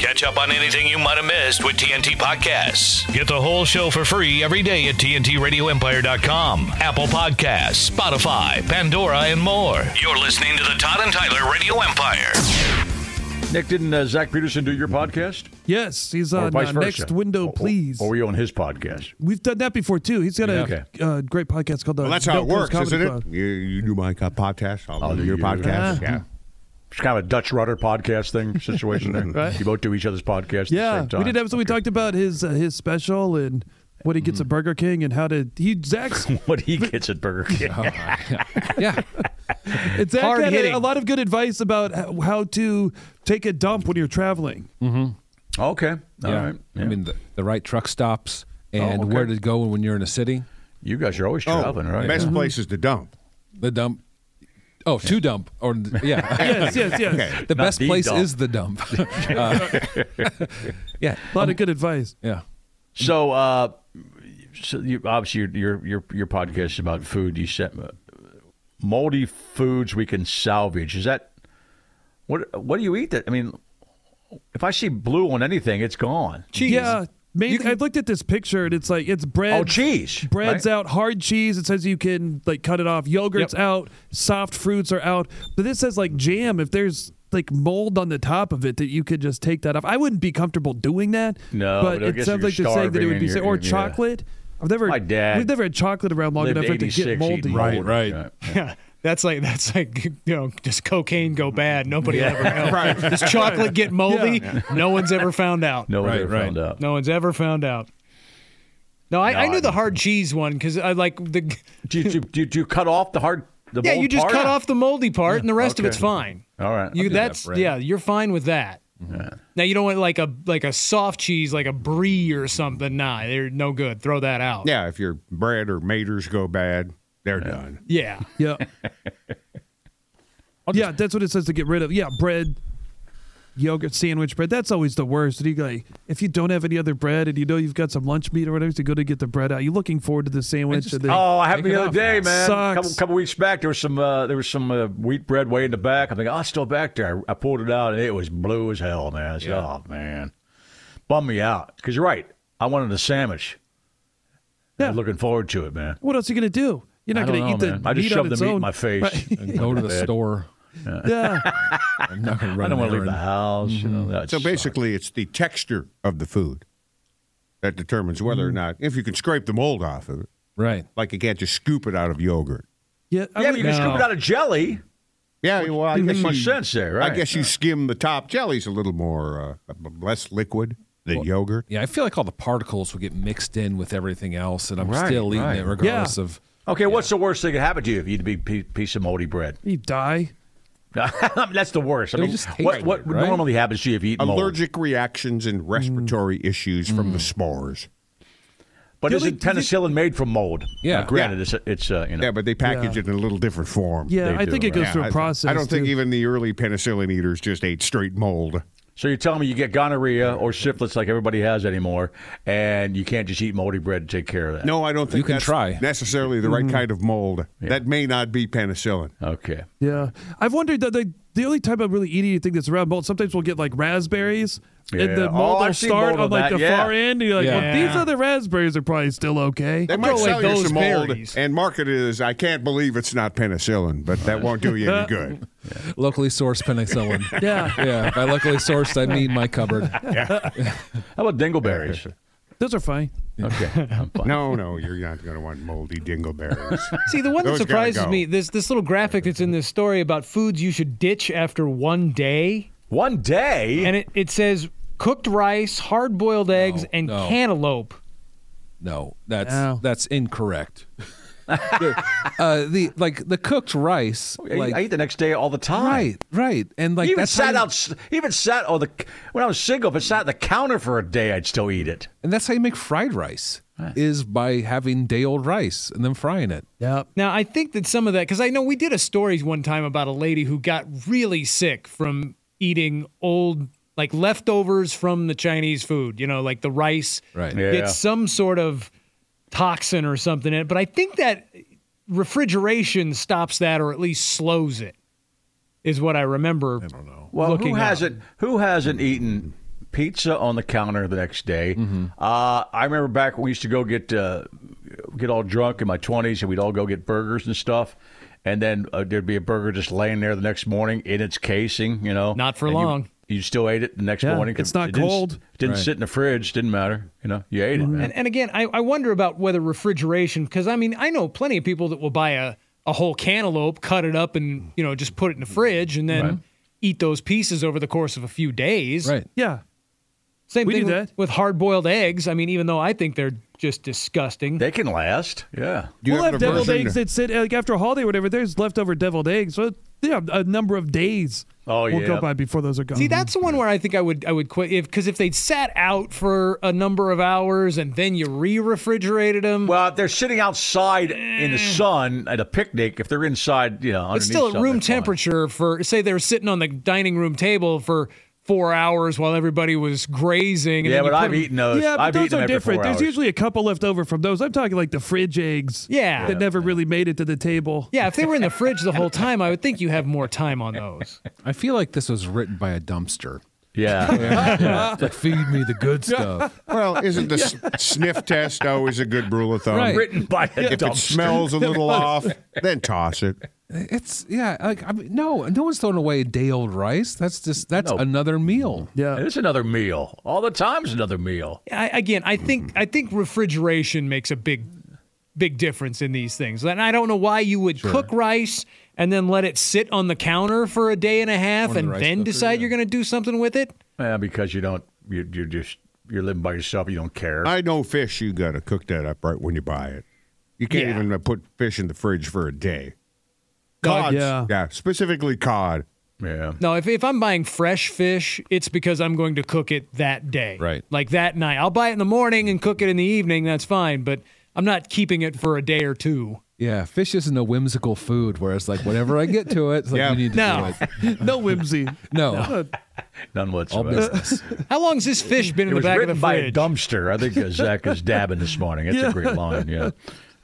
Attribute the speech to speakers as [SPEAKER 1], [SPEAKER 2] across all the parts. [SPEAKER 1] Catch up on anything you might have missed with TNT Podcasts. Get the whole show for free every day at TNTRadioEmpire.com, Apple Podcasts, Spotify, Pandora, and more. You're listening to the Todd and Tyler Radio Empire.
[SPEAKER 2] Nick, didn't uh, Zach Peterson do your podcast?
[SPEAKER 3] Yes, he's
[SPEAKER 2] Or
[SPEAKER 3] on
[SPEAKER 2] vice
[SPEAKER 3] uh,
[SPEAKER 2] versa?
[SPEAKER 3] Next Window,
[SPEAKER 2] Or-
[SPEAKER 3] Please.
[SPEAKER 2] Or were you on his podcast?
[SPEAKER 3] We've done that before too. He's got a
[SPEAKER 2] Yeah.
[SPEAKER 3] uh, great podcast called the.
[SPEAKER 4] Well, that's how
[SPEAKER 3] Don't
[SPEAKER 4] it
[SPEAKER 3] Close
[SPEAKER 4] works,
[SPEAKER 3] Comedy
[SPEAKER 4] isn't it?
[SPEAKER 3] Club.
[SPEAKER 4] You, you do my co- podcast. I'll,
[SPEAKER 2] I'll
[SPEAKER 4] do
[SPEAKER 2] do
[SPEAKER 4] your
[SPEAKER 2] you.
[SPEAKER 4] podcast.
[SPEAKER 3] Ah.
[SPEAKER 4] Yeah.
[SPEAKER 2] It's kind of a Dutch rudder podcast thing situation there. You both do each other's podcast at the
[SPEAKER 3] Yeah,
[SPEAKER 2] same
[SPEAKER 4] uh,
[SPEAKER 2] time.
[SPEAKER 3] we did episode. We talked about his uh, his special and what he
[SPEAKER 4] Mm-hmm.
[SPEAKER 3] gets at Burger King and how to he Zach's
[SPEAKER 2] what he gets at Burger King.
[SPEAKER 5] Yeah.
[SPEAKER 3] It's Zach
[SPEAKER 6] Hard
[SPEAKER 3] had a,
[SPEAKER 6] hitting.
[SPEAKER 3] a lot of good advice about h- how to take a dump when you're traveling.
[SPEAKER 2] okay. all right.
[SPEAKER 5] yeah.
[SPEAKER 2] Yeah.
[SPEAKER 5] I mean, the, the right truck stops and
[SPEAKER 2] Oh, okay.
[SPEAKER 5] where to go when you're in a city.
[SPEAKER 2] you guys are always
[SPEAKER 4] Oh,
[SPEAKER 2] traveling, right?
[SPEAKER 4] best place is to dump.
[SPEAKER 5] The dump. Oh, to dump. or Yeah.
[SPEAKER 3] Yes, yes, yes.
[SPEAKER 5] the
[SPEAKER 2] Not
[SPEAKER 5] best
[SPEAKER 2] the
[SPEAKER 5] place
[SPEAKER 2] dump.
[SPEAKER 5] is the dump. Uh, yeah.
[SPEAKER 3] A lot of good advice.
[SPEAKER 5] Yeah.
[SPEAKER 2] So, uh, so you, obviously, your your your your podcast is about food. You said uh, moldy foods we can salvage. Is that what? What do you eat? That I mean, if I see blue on anything, it's gone.
[SPEAKER 5] Cheese.
[SPEAKER 3] Yeah,
[SPEAKER 5] You
[SPEAKER 3] made,
[SPEAKER 5] can-
[SPEAKER 3] I looked at this picture and it's like it's bread.
[SPEAKER 2] Oh, cheese,
[SPEAKER 3] Bread's
[SPEAKER 2] right?
[SPEAKER 3] out, hard cheese. It says you can like cut it off. Yogurt's
[SPEAKER 5] Yep.
[SPEAKER 3] out, soft fruits are out. But this says like jam. If there's like mold on the top of it, that you could just take that off. I wouldn't be comfortable doing that.
[SPEAKER 2] No,
[SPEAKER 3] but
[SPEAKER 2] but I
[SPEAKER 3] it
[SPEAKER 2] guess
[SPEAKER 3] sounds
[SPEAKER 2] you're
[SPEAKER 3] like they're saying that it
[SPEAKER 2] starving
[SPEAKER 3] would be
[SPEAKER 2] and
[SPEAKER 3] sa-
[SPEAKER 2] you're-
[SPEAKER 3] or
[SPEAKER 2] yeah.
[SPEAKER 3] chocolate. I've never.
[SPEAKER 2] My dad
[SPEAKER 3] We've never had chocolate around long
[SPEAKER 2] Lived
[SPEAKER 3] enough for it to
[SPEAKER 2] 86
[SPEAKER 3] get
[SPEAKER 2] eating
[SPEAKER 3] moldy.
[SPEAKER 2] mold.
[SPEAKER 5] Right, right.
[SPEAKER 7] Yeah, that's like that's like you know, does cocaine go bad? Nobody will ever know. right. Does chocolate get moldy? No one's ever found out.
[SPEAKER 2] No one
[SPEAKER 5] Right,
[SPEAKER 2] ever
[SPEAKER 5] right.
[SPEAKER 2] found out.
[SPEAKER 7] No one's ever found out. No, I, I
[SPEAKER 2] No,
[SPEAKER 7] knew
[SPEAKER 2] I-
[SPEAKER 7] the hard cheese one because I like the.
[SPEAKER 2] Do, you, do, you, do you cut off the hard? The
[SPEAKER 7] Yeah,
[SPEAKER 2] mold
[SPEAKER 7] you just
[SPEAKER 2] part?
[SPEAKER 7] cut off the moldy part, and the rest of it's fine.
[SPEAKER 2] All right. I'll
[SPEAKER 7] you
[SPEAKER 2] do that
[SPEAKER 7] that's
[SPEAKER 5] for Ed.
[SPEAKER 7] yeah, you're fine with that. Now you don't want like a like a soft cheese, like a brie or something. Nah, they're no good. Throw that out.
[SPEAKER 4] Yeah, if your bread or maters go bad, they're done.
[SPEAKER 7] yeah.
[SPEAKER 3] Yeah. yeah, that's what it says to get rid of. Yeah, bread, yogurt, sandwich bread. That's always the worst. And you like, if you don't have any other bread and you know you've got some lunch meat or whatever, to go to get the bread out, you're looking forward to the sandwich. and then,
[SPEAKER 2] Oh, I happened
[SPEAKER 5] Take
[SPEAKER 2] the
[SPEAKER 5] it
[SPEAKER 2] other
[SPEAKER 5] off.
[SPEAKER 2] day, man. A
[SPEAKER 3] Sucks.
[SPEAKER 2] couple, couple weeks back, there was some uh, there was some uh, wheat bread way in the back. I'm thinking, oh, it's still back there. I, I pulled it out, and it was blue as hell, man. I said, oh man, bum me out. Because you're right, I wanted a sandwich. Yeah,
[SPEAKER 3] Yeah.
[SPEAKER 2] looking forward to it, man.
[SPEAKER 3] what else are you gonna do? You're
[SPEAKER 2] I
[SPEAKER 3] not
[SPEAKER 2] don't
[SPEAKER 3] gonna
[SPEAKER 2] know,
[SPEAKER 3] eat the
[SPEAKER 2] man. I just
[SPEAKER 3] meat on
[SPEAKER 2] shoved the
[SPEAKER 3] its
[SPEAKER 2] meat
[SPEAKER 3] own.
[SPEAKER 2] in my face.
[SPEAKER 3] Right.
[SPEAKER 5] Go to the store.
[SPEAKER 3] yeah,
[SPEAKER 5] I'm not going to run
[SPEAKER 2] I don't want to
[SPEAKER 5] an
[SPEAKER 2] leave the
[SPEAKER 5] errand.
[SPEAKER 2] house. You know, that
[SPEAKER 4] So
[SPEAKER 2] sucks.
[SPEAKER 4] basically, it's the texture of the food that determines whether or not, if you can scrape the mold off of it,
[SPEAKER 5] Right.
[SPEAKER 4] like you can't just scoop it out of yogurt.
[SPEAKER 3] yeah. I
[SPEAKER 2] yeah,
[SPEAKER 3] would-
[SPEAKER 2] but you can scoop it out of jelly.
[SPEAKER 4] Yeah, well, I
[SPEAKER 2] Makes
[SPEAKER 4] guess
[SPEAKER 2] much
[SPEAKER 4] you-
[SPEAKER 2] sense there, right?
[SPEAKER 4] Mm-hmm. I guess you skim the top. Jelly's a little more, uh, less liquid than yogurt.
[SPEAKER 5] Yeah, I feel like all the particles will get mixed in with everything else, and I'm
[SPEAKER 2] Right,
[SPEAKER 5] still eating
[SPEAKER 2] right.
[SPEAKER 5] it regardless
[SPEAKER 3] Yeah.
[SPEAKER 5] of.
[SPEAKER 2] Okay, what's the worst thing that happened to you if you eat a big pe- piece of moldy bread?
[SPEAKER 3] you die.
[SPEAKER 2] That's the worst. I
[SPEAKER 5] It'll
[SPEAKER 2] mean,
[SPEAKER 5] just taste
[SPEAKER 2] what, what
[SPEAKER 5] weird, right?
[SPEAKER 2] normally happens to you if you eat mold?
[SPEAKER 4] Allergic reactions and respiratory issues from the s'mores.
[SPEAKER 2] But isn't penicillin made from mold?
[SPEAKER 5] Yeah.
[SPEAKER 2] Now, granted, it's it's uh, you know.
[SPEAKER 4] Yeah, but they package it in a little different form.
[SPEAKER 3] Yeah,
[SPEAKER 2] They
[SPEAKER 3] I
[SPEAKER 2] do,
[SPEAKER 3] think it
[SPEAKER 2] right.
[SPEAKER 3] goes
[SPEAKER 4] Yeah,
[SPEAKER 3] through
[SPEAKER 4] I-
[SPEAKER 3] a process.
[SPEAKER 4] I don't think
[SPEAKER 3] too.
[SPEAKER 4] even the early penicillin eaters just ate straight mold.
[SPEAKER 2] So you're telling me you get gonorrhea or syphilis like everybody has anymore, and you can't just eat moldy bread to take care of that.
[SPEAKER 4] No, I don't think
[SPEAKER 5] You can
[SPEAKER 4] that's
[SPEAKER 5] try.
[SPEAKER 3] Mm-hmm.
[SPEAKER 4] necessarily the right kind of mold. That may not be penicillin.
[SPEAKER 2] Okay.
[SPEAKER 3] Yeah, I've wondered that they the only time I'm really eating anything that's around mold. Sometimes we'll get like raspberries,
[SPEAKER 2] Yeah.
[SPEAKER 3] and the
[SPEAKER 2] Oh,
[SPEAKER 3] mold will
[SPEAKER 2] I've seen
[SPEAKER 3] start
[SPEAKER 2] mold
[SPEAKER 3] on
[SPEAKER 2] on
[SPEAKER 3] like
[SPEAKER 2] that,
[SPEAKER 3] the
[SPEAKER 2] yeah.
[SPEAKER 3] far end. And you're like, well,
[SPEAKER 7] Yeah.
[SPEAKER 3] these other raspberries are probably still okay.
[SPEAKER 4] They might
[SPEAKER 7] away
[SPEAKER 4] sell you
[SPEAKER 7] those
[SPEAKER 4] some mold
[SPEAKER 7] berries.
[SPEAKER 4] and market it as I can't believe it's not penicillin, but that won't do you any good.
[SPEAKER 5] Locally sourced penicillin.
[SPEAKER 3] Yeah.
[SPEAKER 5] yeah. By locally sourced, I mean my cupboard.
[SPEAKER 2] How about dingleberries?
[SPEAKER 3] Those are fine.
[SPEAKER 2] Okay, I'm fine.
[SPEAKER 4] No, no, you're not going to want moldy dingleberries.
[SPEAKER 7] See, the one that
[SPEAKER 4] Those gotta
[SPEAKER 7] surprises
[SPEAKER 4] go.
[SPEAKER 7] me this this little graphic that's in this story about foods you should ditch after one day,
[SPEAKER 2] One day,
[SPEAKER 7] and it, it says cooked rice, hard boiled eggs, and
[SPEAKER 5] no.
[SPEAKER 7] cantaloupe.
[SPEAKER 5] No, that's
[SPEAKER 3] No.
[SPEAKER 5] that's incorrect. the, uh, the like the cooked rice,
[SPEAKER 2] I-
[SPEAKER 5] like
[SPEAKER 2] I eat the next day all the time.
[SPEAKER 5] right, right, and like
[SPEAKER 2] He even
[SPEAKER 5] that's how
[SPEAKER 2] sat
[SPEAKER 5] you-
[SPEAKER 2] out. Even sat on the when I was single. If it sat on the counter for a day, I'd still eat it.
[SPEAKER 5] and that's how you make fried rice is by having day old rice and then frying it.
[SPEAKER 3] Yep.
[SPEAKER 7] Now, I think that some of that, because I know we did a story one time about a lady who got really sick from eating old, like leftovers from the Chinese food, you know, like the rice
[SPEAKER 5] Right.
[SPEAKER 2] Yeah.
[SPEAKER 7] gets some sort of toxin or something in it. But I think that refrigeration stops that or at least slows it, is what I remember. I don't know.
[SPEAKER 2] Well,
[SPEAKER 7] looking
[SPEAKER 2] who
[SPEAKER 7] up.
[SPEAKER 2] hasn't? Who hasn't eaten pizza on the counter the next day?
[SPEAKER 7] Mm-hmm.
[SPEAKER 2] Uh, I remember back when we used to go get uh, get all drunk in my twenties, and we'd all go get burgers and stuff. And then uh, there'd be a burger just laying there the next morning in its casing, you know.
[SPEAKER 7] Not for
[SPEAKER 2] and you-
[SPEAKER 7] long.
[SPEAKER 2] You, still ate it the next
[SPEAKER 3] Yeah,
[SPEAKER 2] morning.
[SPEAKER 3] it's not
[SPEAKER 2] It didn't s-
[SPEAKER 3] cold.
[SPEAKER 2] Didn't
[SPEAKER 5] Right.
[SPEAKER 2] sit in the fridge. Didn't matter. You know, you ate it. man.
[SPEAKER 7] And, and again, I, I wonder about whether refrigeration, because I mean, I know plenty of people that will buy a, a whole cantaloupe, cut it up, and, you know, just put it in the fridge and then eat those pieces over the course of a few days.
[SPEAKER 5] Right.
[SPEAKER 3] Yeah.
[SPEAKER 7] Same
[SPEAKER 3] We do
[SPEAKER 7] thing with,
[SPEAKER 3] that.
[SPEAKER 7] with hard boiled eggs. I mean, even though I think they're just disgusting.
[SPEAKER 2] They can last. Yeah.
[SPEAKER 4] Do you
[SPEAKER 3] we'll have,
[SPEAKER 4] an
[SPEAKER 3] deviled
[SPEAKER 4] aversion
[SPEAKER 3] eggs
[SPEAKER 4] to-
[SPEAKER 3] that sit like after a holiday or whatever. There's leftover deviled eggs. So yeah, a number of days
[SPEAKER 2] Oh,
[SPEAKER 3] will
[SPEAKER 2] yeah.
[SPEAKER 3] go by before those are gone.
[SPEAKER 7] See, that's the one where I think I would I would quit if because if they'd sat out for a number of hours and then you re-refrigerated them,
[SPEAKER 2] Well, if they're sitting outside in the sun at a picnic, if they're inside, you know, underneath
[SPEAKER 7] Eh. it's still at
[SPEAKER 2] sun,
[SPEAKER 7] room
[SPEAKER 2] they're fine.
[SPEAKER 7] temperature for say they were sitting on the dining room table for four hours while everybody was grazing. And
[SPEAKER 2] Yeah,
[SPEAKER 7] then you
[SPEAKER 2] but
[SPEAKER 7] put
[SPEAKER 2] I've
[SPEAKER 7] them-
[SPEAKER 2] eaten those.
[SPEAKER 3] Yeah, but
[SPEAKER 2] I've
[SPEAKER 3] those
[SPEAKER 2] eaten
[SPEAKER 3] are
[SPEAKER 2] them after
[SPEAKER 3] different.
[SPEAKER 2] four
[SPEAKER 3] There's
[SPEAKER 2] hours.
[SPEAKER 3] usually a couple left over from those. I'm talking like the fridge eggs.
[SPEAKER 7] Yeah.
[SPEAKER 3] That never really made it to the table.
[SPEAKER 7] Yeah, if they were in the fridge the whole time, I would think you have more time on those.
[SPEAKER 5] I feel like this was written by a dumpster.
[SPEAKER 2] Yeah.
[SPEAKER 5] It's like feed me the good stuff.
[SPEAKER 4] Well, isn't the s- sniff test always a good rule of thumb?
[SPEAKER 5] Right.
[SPEAKER 2] Written by a
[SPEAKER 4] If it
[SPEAKER 2] dumpster.
[SPEAKER 4] smells a little off, then toss it.
[SPEAKER 5] It's yeah, like I mean, no, no one's throwing away day old rice. That's just that's
[SPEAKER 2] No.
[SPEAKER 5] another meal.
[SPEAKER 3] Yeah.
[SPEAKER 2] It's another meal. All the time's another meal.
[SPEAKER 7] I, again, I think
[SPEAKER 5] Mm-hmm.
[SPEAKER 7] I think refrigeration makes a big big difference in these things. And I don't know why you would cook rice and then let it sit on the counter for a day and a
[SPEAKER 5] Or
[SPEAKER 7] half
[SPEAKER 5] in the
[SPEAKER 7] and
[SPEAKER 5] rice
[SPEAKER 7] then
[SPEAKER 5] cooker,
[SPEAKER 7] decide
[SPEAKER 5] yeah.
[SPEAKER 7] you're going to do something with it.
[SPEAKER 2] Yeah, because you don't. You, you're just. You're living by yourself. You don't care.
[SPEAKER 4] I know fish. You got to cook that up right when you buy it. You can't
[SPEAKER 7] Yeah.
[SPEAKER 4] even uh, put fish in the fridge for a day.
[SPEAKER 3] Cod, yeah.
[SPEAKER 4] Yeah, specifically cod.
[SPEAKER 2] yeah.
[SPEAKER 7] No, if, if I'm buying fresh fish, it's because I'm going to cook it that day.
[SPEAKER 5] Right.
[SPEAKER 7] Like that night. I'll buy it in the morning and cook it in the evening. That's fine. But I'm not keeping it for a day or two.
[SPEAKER 5] Yeah, fish isn't a whimsical food where it's like whenever I get to it, it's like
[SPEAKER 4] Yeah.
[SPEAKER 5] you need to
[SPEAKER 7] No.
[SPEAKER 5] do it.
[SPEAKER 3] No whimsy.
[SPEAKER 5] No,
[SPEAKER 2] None
[SPEAKER 5] all
[SPEAKER 2] whatsoever.
[SPEAKER 5] business.
[SPEAKER 7] How long's this fish been
[SPEAKER 2] It
[SPEAKER 7] in the
[SPEAKER 2] was
[SPEAKER 7] back of
[SPEAKER 2] written
[SPEAKER 7] the
[SPEAKER 2] by a
[SPEAKER 7] fridge?
[SPEAKER 2] dumpster. I think uh, Zach is dabbing this morning. It's a great line. Yeah.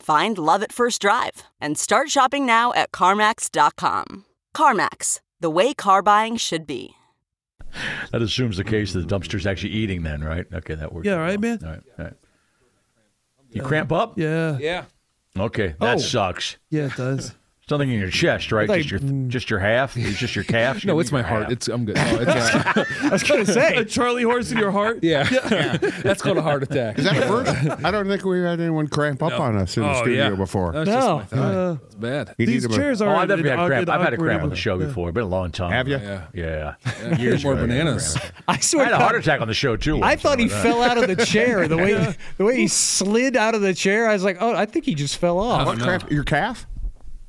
[SPEAKER 8] Find love at first drive and start shopping now at CarMax.com. CarMax, the way car buying should be.
[SPEAKER 2] That assumes the case that the dumpster's actually eating, then, right? Okay, that works.
[SPEAKER 3] Yeah,
[SPEAKER 2] out
[SPEAKER 3] right,
[SPEAKER 2] well.
[SPEAKER 3] man?
[SPEAKER 2] All right, all right. You cramp up?
[SPEAKER 3] Yeah.
[SPEAKER 5] Yeah,
[SPEAKER 2] Okay, that
[SPEAKER 3] Oh.
[SPEAKER 2] sucks.
[SPEAKER 3] Yeah, it does.
[SPEAKER 2] Something in your chest, right?
[SPEAKER 7] Like-
[SPEAKER 2] just your just your half, It's just your calf.
[SPEAKER 5] No, it's my heart. It's I'm good. No, it's, uh,
[SPEAKER 7] I was gonna
[SPEAKER 3] a
[SPEAKER 7] say.
[SPEAKER 3] Charlie horse in your heart.
[SPEAKER 5] yeah. that's called a heart attack.
[SPEAKER 4] Is that a first? I don't think we had anyone cramp up on us in the
[SPEAKER 5] Oh,
[SPEAKER 4] studio
[SPEAKER 5] yeah.
[SPEAKER 4] before.
[SPEAKER 5] That's just
[SPEAKER 7] No,
[SPEAKER 5] my thigh.
[SPEAKER 3] Uh,
[SPEAKER 5] It's bad.
[SPEAKER 4] You need
[SPEAKER 3] these
[SPEAKER 4] to-
[SPEAKER 3] chairs are.
[SPEAKER 2] oh, I've
[SPEAKER 3] at
[SPEAKER 2] never
[SPEAKER 3] an
[SPEAKER 2] had a cramp.
[SPEAKER 3] awkward-
[SPEAKER 2] I've had a
[SPEAKER 3] awkward
[SPEAKER 2] cramp on the
[SPEAKER 3] angle.
[SPEAKER 2] show before. It's been a long time.
[SPEAKER 4] Have you?
[SPEAKER 5] Yeah.
[SPEAKER 2] Yeah.
[SPEAKER 5] Eat more
[SPEAKER 2] ago.
[SPEAKER 5] bananas.
[SPEAKER 7] I
[SPEAKER 2] I
[SPEAKER 7] swear.
[SPEAKER 2] had
[SPEAKER 7] to
[SPEAKER 2] a
[SPEAKER 7] God,
[SPEAKER 2] heart attack on the show too.
[SPEAKER 7] I
[SPEAKER 2] once,
[SPEAKER 7] thought he
[SPEAKER 2] something like
[SPEAKER 7] fell out of the chair the way the way he slid out of the chair. I was like, oh, I think he just fell off.
[SPEAKER 4] What cramp? Your calf?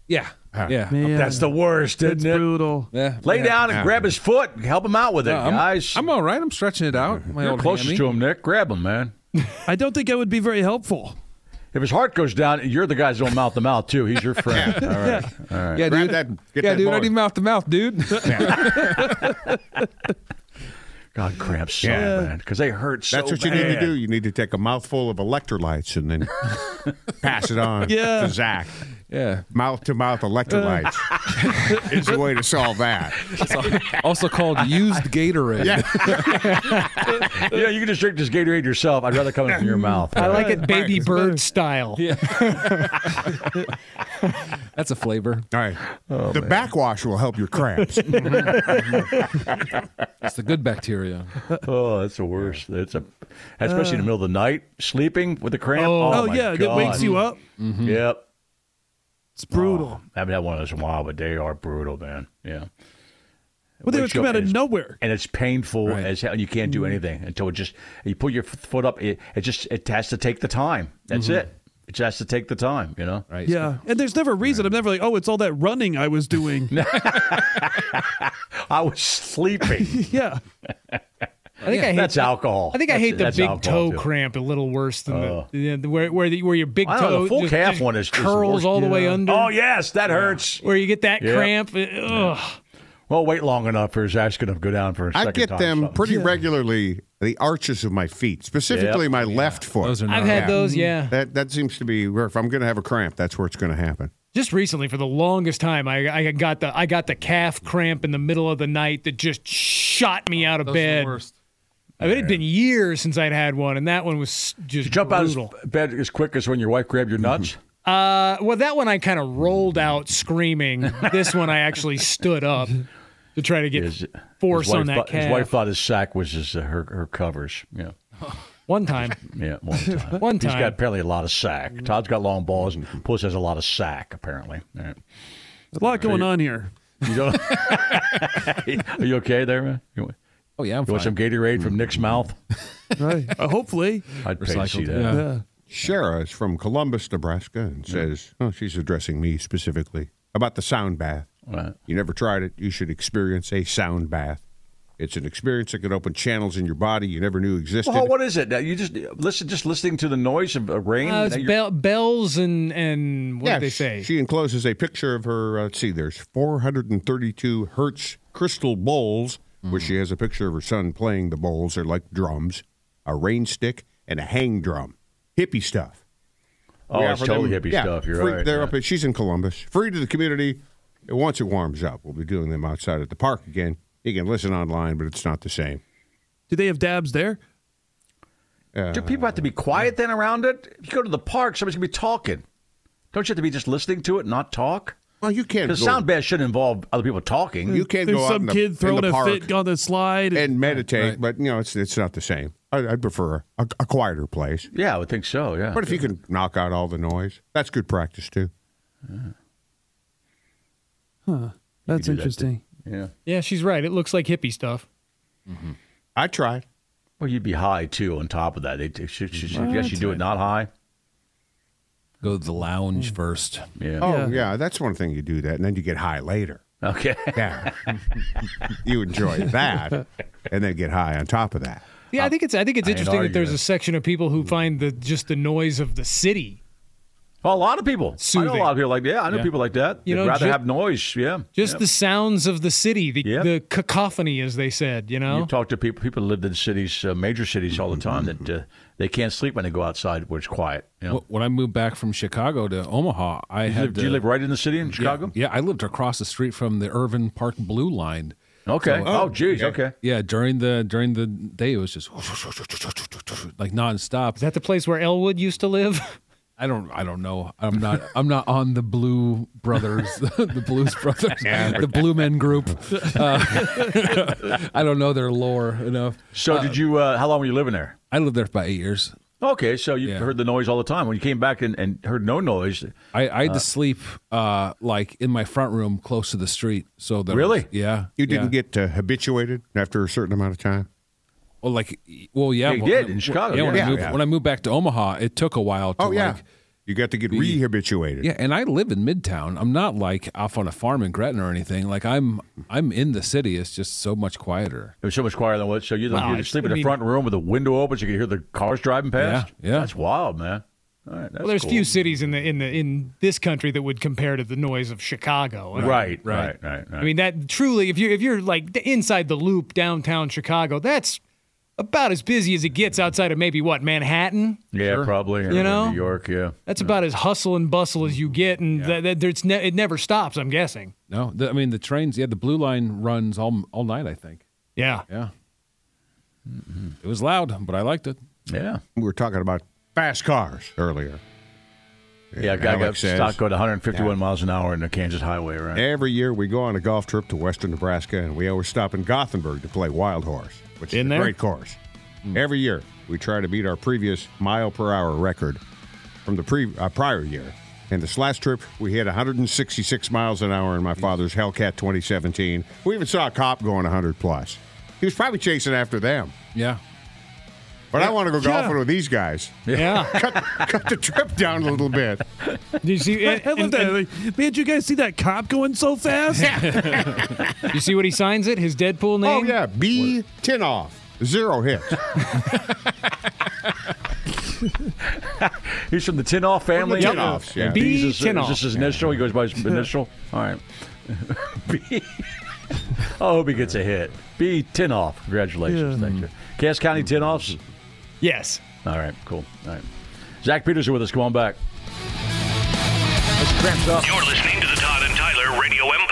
[SPEAKER 5] Yeah. Yeah.
[SPEAKER 2] that.
[SPEAKER 3] Man,
[SPEAKER 2] That's the worst,
[SPEAKER 3] It's
[SPEAKER 2] isn't it?
[SPEAKER 3] brutal.
[SPEAKER 5] Yeah.
[SPEAKER 2] Lay
[SPEAKER 5] Yeah.
[SPEAKER 2] down and grab his foot. and Help him out with it,
[SPEAKER 5] No, I'm,
[SPEAKER 2] guys.
[SPEAKER 5] I'm all right. I'm stretching it out. My
[SPEAKER 2] You're
[SPEAKER 5] old
[SPEAKER 2] closest
[SPEAKER 5] hammy.
[SPEAKER 2] to him, Nick. Grab him, man.
[SPEAKER 3] I don't think I would be very helpful.
[SPEAKER 2] If his heart goes down, you're the guys on mouth to mouth too. He's your friend. All right.
[SPEAKER 5] Yeah,
[SPEAKER 4] Grab
[SPEAKER 5] dude.
[SPEAKER 4] that- get
[SPEAKER 5] yeah,
[SPEAKER 4] that
[SPEAKER 5] dude. I
[SPEAKER 4] board.
[SPEAKER 5] need mouth to mouth, dude.
[SPEAKER 2] God cramps so
[SPEAKER 4] Yeah.
[SPEAKER 2] bad because they hurt so.
[SPEAKER 4] That's what you need to do. You need to take a mouthful of electrolytes and then pass it on
[SPEAKER 3] Yeah.
[SPEAKER 4] to Zach.
[SPEAKER 5] yeah.
[SPEAKER 4] Mouth to mouth electrolytes is the way to solve that.
[SPEAKER 5] Also called used Gatorade.
[SPEAKER 4] Yeah.
[SPEAKER 2] do. Yeah, you can just drink this Gatorade yourself. I'd rather come in from your mouth.
[SPEAKER 7] I like it, baby bird style.
[SPEAKER 5] That's a flavor.
[SPEAKER 4] All right.
[SPEAKER 5] Oh,
[SPEAKER 4] the backwash will help your cramps.
[SPEAKER 5] It's the good bacteria.
[SPEAKER 2] Oh, that's the worst. That's a, especially in the middle of the night, sleeping with a cramp. Oh,
[SPEAKER 3] Oh,
[SPEAKER 2] my
[SPEAKER 3] yeah,
[SPEAKER 2] God. Mm-hmm. Oh,
[SPEAKER 3] it wakes you up.
[SPEAKER 2] Yep.
[SPEAKER 3] It's brutal.
[SPEAKER 2] I haven't had one of those in a while, but they are brutal, man. Yeah.
[SPEAKER 3] well, they would
[SPEAKER 2] wakes you
[SPEAKER 3] come
[SPEAKER 2] up
[SPEAKER 3] out
[SPEAKER 2] and
[SPEAKER 3] of
[SPEAKER 2] it's-
[SPEAKER 3] nowhere.
[SPEAKER 2] And it's painful
[SPEAKER 5] Right.
[SPEAKER 2] as hell. and You can't do anything until it just, you put your f- foot up. It, it just, it has to take the time. That's it. It just has to take the time, you know?
[SPEAKER 5] Right.
[SPEAKER 3] Yeah, and there's never a reason. I'm never like, oh, it's all that running I was doing.
[SPEAKER 2] I was sleeping.
[SPEAKER 3] Yeah,
[SPEAKER 7] I think I hate.
[SPEAKER 2] that's alcohol.
[SPEAKER 7] I think I
[SPEAKER 2] That's-
[SPEAKER 7] hate the
[SPEAKER 2] that's
[SPEAKER 7] big
[SPEAKER 2] alcohol,
[SPEAKER 7] toe
[SPEAKER 2] too. Oh.
[SPEAKER 7] cramp a little worse than the, yeah, the- where where, the, where your big
[SPEAKER 2] I don't know,
[SPEAKER 7] toe
[SPEAKER 2] the full
[SPEAKER 7] just-
[SPEAKER 2] calf
[SPEAKER 7] just
[SPEAKER 2] one is- is the
[SPEAKER 7] curls
[SPEAKER 2] worst.
[SPEAKER 7] all the way under.
[SPEAKER 2] Oh, yes. That hurts.
[SPEAKER 7] Where you get that
[SPEAKER 2] Yeah.
[SPEAKER 7] cramp. uh, Ugh.
[SPEAKER 2] Well, wait long enough for his ass going to go down for a second
[SPEAKER 4] I get
[SPEAKER 2] time,
[SPEAKER 4] them
[SPEAKER 2] so-
[SPEAKER 4] pretty regularly, the arches of my feet, specifically
[SPEAKER 2] Yep.
[SPEAKER 4] my left foot.
[SPEAKER 5] Those are not
[SPEAKER 7] I've had
[SPEAKER 4] Yeah.
[SPEAKER 7] those. Yeah,
[SPEAKER 4] that, that seems to be where if I'm going to have a cramp, that's where it's going to happen.
[SPEAKER 7] just recently for the longest time, I I got the I got the calf cramp in the middle of the night that just shot me out of bed. I mean, it'd been years since I'd had one, and that one was just
[SPEAKER 2] Jump out
[SPEAKER 7] brutal.
[SPEAKER 2] of bed as quick as when your wife grabbed your nuts.
[SPEAKER 7] Uh, well, that one I kind of rolled out screaming. this one I actually stood up to try to get
[SPEAKER 2] His-
[SPEAKER 7] force
[SPEAKER 2] his wife
[SPEAKER 7] on that
[SPEAKER 2] thought,
[SPEAKER 7] calf.
[SPEAKER 2] His wife thought his sack was his, uh, her her covers. Yeah,
[SPEAKER 7] One time,
[SPEAKER 2] yeah. One time. Mm-hmm.
[SPEAKER 7] One
[SPEAKER 2] He's
[SPEAKER 7] time.
[SPEAKER 2] got apparently a lot of sack. Todd's got long balls. and Puss has a lot of sack. Apparently. All right.
[SPEAKER 3] there's a lot going on here.
[SPEAKER 2] You don't. Are you okay there, man? You want,
[SPEAKER 5] Oh yeah, I'm
[SPEAKER 2] you
[SPEAKER 5] fine.
[SPEAKER 2] want some Gatorade from Nick's mouth?
[SPEAKER 3] Right? Uh, hopefully,
[SPEAKER 2] I'd pay to see
[SPEAKER 5] Recycled,
[SPEAKER 2] that.
[SPEAKER 5] yeah.
[SPEAKER 4] Shara is from Columbus, Nebraska, and says, oh, she's addressing me specifically about the sound bath.
[SPEAKER 2] Right.
[SPEAKER 4] You never tried it. You should experience a sound bath. It's an experience that can open channels in your body you never knew existed.
[SPEAKER 2] Well, what is it? Now, You just listen, just listening to the noise of uh, rain.
[SPEAKER 7] uh, it's
[SPEAKER 2] Now you're-
[SPEAKER 7] bell, bells and and what
[SPEAKER 4] yeah,
[SPEAKER 7] did they
[SPEAKER 4] sh-
[SPEAKER 7] say?
[SPEAKER 4] She encloses a picture of her. Uh, let's see, there's 432 hertz crystal bowls, where she has a picture of her son playing the bowls. They're like drums, a rain stick, and a hang drum. Hippie stuff.
[SPEAKER 2] oh,
[SPEAKER 4] We
[SPEAKER 2] it's
[SPEAKER 4] offer them-
[SPEAKER 2] totally hippie
[SPEAKER 4] yeah,
[SPEAKER 2] stuff. You're
[SPEAKER 4] free-
[SPEAKER 2] right.
[SPEAKER 4] They're
[SPEAKER 2] yeah.
[SPEAKER 4] up at, she's in Columbus. Free to the community. And Once it warms up, we'll be doing them outside at the park again. You can listen online, but it's not the same.
[SPEAKER 3] do they have dabs there?
[SPEAKER 2] Do people have to be quiet then around it? If you go to the park, somebody's gonna be talking. Don't you have to be just listening to it, not talk?
[SPEAKER 4] Well, you can't.
[SPEAKER 2] Because
[SPEAKER 4] go-
[SPEAKER 2] sound bath should involve other people talking.
[SPEAKER 4] You can't
[SPEAKER 3] There's
[SPEAKER 4] go out
[SPEAKER 3] some
[SPEAKER 4] in the, in
[SPEAKER 3] kid
[SPEAKER 4] the
[SPEAKER 3] throwing a
[SPEAKER 4] park
[SPEAKER 3] fit on the slide.
[SPEAKER 4] and meditate, but you know it's it's not the same. I, I'd prefer a, a quieter place.
[SPEAKER 2] yeah, I would think so. Yeah.
[SPEAKER 4] But if you can knock out all the noise, that's good practice too.
[SPEAKER 3] That's interesting.
[SPEAKER 2] yeah.
[SPEAKER 7] yeah, she's right. It looks like hippie stuff.
[SPEAKER 4] I tried.
[SPEAKER 2] Well, you'd be high too. On top of that, they, they should, should, should, yes, you do it not high.
[SPEAKER 5] Go to the lounge first.
[SPEAKER 2] Yeah.
[SPEAKER 4] Oh yeah. that's one thing you do that, and then you get high later.
[SPEAKER 2] Okay.
[SPEAKER 4] Yeah, you enjoy that, and then get high on top of that.
[SPEAKER 7] Yeah, I think it's I think it's
[SPEAKER 2] I ain't
[SPEAKER 7] interesting that there's
[SPEAKER 2] arguing.
[SPEAKER 7] a section of people who find the just the noise of the city.
[SPEAKER 2] Well, a lot of people. I know
[SPEAKER 7] Soothing.
[SPEAKER 2] a lot of people like yeah. I know people like that.
[SPEAKER 7] You
[SPEAKER 2] They'd
[SPEAKER 7] know,
[SPEAKER 2] rather
[SPEAKER 7] ju-
[SPEAKER 2] have noise. Yeah.
[SPEAKER 7] Just the sounds of the city, the,
[SPEAKER 2] Yep.
[SPEAKER 7] the cacophony, as they said, you know?
[SPEAKER 2] You talk to people. People lived in cities, uh, major cities, all the time that uh, they can't sleep when they go outside where it's quiet. You know?
[SPEAKER 5] Wh- When I moved back from Chicago to Omaha, I
[SPEAKER 2] you
[SPEAKER 5] had
[SPEAKER 2] live, do
[SPEAKER 5] to-
[SPEAKER 2] you live right in the city in Chicago?
[SPEAKER 5] Yeah, I lived across the street from the Irvin Park Blue Line.
[SPEAKER 2] Okay. oh, geez. Okay.
[SPEAKER 5] Yeah, during the during the day, it was just like nonstop.
[SPEAKER 7] Is that the place where Elwood used to live?
[SPEAKER 5] I don't. I don't know. I'm not. I'm not on the Blue Brothers, the Blues Brothers, the Blue Men Group. Uh, I don't know their lore enough.
[SPEAKER 2] So did you? Uh, how long were you living there?
[SPEAKER 5] I lived there for about eight years.
[SPEAKER 2] Okay, so you
[SPEAKER 5] Yeah.
[SPEAKER 2] heard the noise all the time. When you came back and, and heard no noise,
[SPEAKER 5] I, I had to sleep uh, like in my front room, close to the street. So there was-
[SPEAKER 2] Really?
[SPEAKER 5] yeah,
[SPEAKER 4] You didn't
[SPEAKER 5] yeah.
[SPEAKER 4] get uh, habituated after a certain amount of time.
[SPEAKER 5] well, like well, yeah,
[SPEAKER 2] Yeah, you
[SPEAKER 5] well,
[SPEAKER 2] did
[SPEAKER 5] when-
[SPEAKER 2] in Chicago,
[SPEAKER 5] Yeah, when,
[SPEAKER 4] yeah.
[SPEAKER 5] I moved,
[SPEAKER 4] Yeah.
[SPEAKER 5] when I moved back to Omaha, it took a while. to
[SPEAKER 4] Oh yeah,
[SPEAKER 5] like,
[SPEAKER 4] you got to get rehabituated.
[SPEAKER 5] Yeah, and I live in Midtown. I'm not like off on a farm in Gretna or anything. Like I'm I'm in the city. It's just so much quieter.
[SPEAKER 2] it was so much quieter than what. So you
[SPEAKER 7] Wow,
[SPEAKER 2] you
[SPEAKER 7] it's-
[SPEAKER 2] sleep in
[SPEAKER 7] I
[SPEAKER 2] the
[SPEAKER 7] mean-
[SPEAKER 2] front room with the window open, so you could hear the cars driving past.
[SPEAKER 5] Yeah, yeah.
[SPEAKER 2] that's wild, man. All right, that's
[SPEAKER 7] Well, there's
[SPEAKER 2] cool.
[SPEAKER 7] few cities in the in the in this country that would compare to the noise of Chicago.
[SPEAKER 2] Right, right, right, right.
[SPEAKER 7] I mean that truly, if you're if you're like d- inside the loop downtown Chicago, that's about as busy as it gets outside of maybe what Manhattan.
[SPEAKER 2] yeah, probably. You
[SPEAKER 7] know?
[SPEAKER 2] New York. Yeah,
[SPEAKER 7] That's about as hustle and bustle as you get, and that, that there's ne- it never stops. I'm guessing.
[SPEAKER 5] No, the, I mean the trains. Yeah, the blue line runs all all night. I think.
[SPEAKER 7] Yeah.
[SPEAKER 5] Yeah. It was loud, but I liked it.
[SPEAKER 2] yeah,
[SPEAKER 4] We were talking about fast cars earlier.
[SPEAKER 2] yeah. A guy got
[SPEAKER 4] Alex says-
[SPEAKER 2] stock going 151 miles an hour in the Kansas highway. Right.
[SPEAKER 4] Every year we go on a golf trip to western Nebraska, and we always stop in Gothenburg to play Wild Horse, which is
[SPEAKER 7] Been
[SPEAKER 4] a
[SPEAKER 7] there? Hmm.
[SPEAKER 4] great course. Every year we try to beat our previous mile per hour record from the pre- uh, prior year. And this last trip, we hit 166 miles an hour in my father's Hellcat 2017. We even saw a cop going 100 plus. He was probably chasing after them.
[SPEAKER 5] Yeah.
[SPEAKER 4] But I want to go golfing with these guys.
[SPEAKER 7] Yeah.
[SPEAKER 4] Cut, cut the trip down a little bit.
[SPEAKER 7] Did you see?
[SPEAKER 3] I love
[SPEAKER 7] and-
[SPEAKER 3] that.
[SPEAKER 7] and-
[SPEAKER 3] Like, man, did you guys see that cop going so fast?
[SPEAKER 7] you see what he signs it? His Deadpool
[SPEAKER 4] Oh,
[SPEAKER 7] name.
[SPEAKER 4] yeah. B 10 off, zero hits.
[SPEAKER 2] He's from the Tinoff family.
[SPEAKER 4] From the Tinoffs, yeah.
[SPEAKER 2] B.
[SPEAKER 7] B.
[SPEAKER 2] Is this, is
[SPEAKER 7] Tinoff.
[SPEAKER 2] this his initial? He goes by his initial. All right. B. I hope he gets a hit. B. Tinoff. Congratulations. Thank you. Cass County Tinoffs.
[SPEAKER 7] Yes.
[SPEAKER 2] All right. Cool. All right. Zach Peters is with us. Come on back. That's cramped up.
[SPEAKER 1] You're listening to the Todd and Tyler Radio Empire.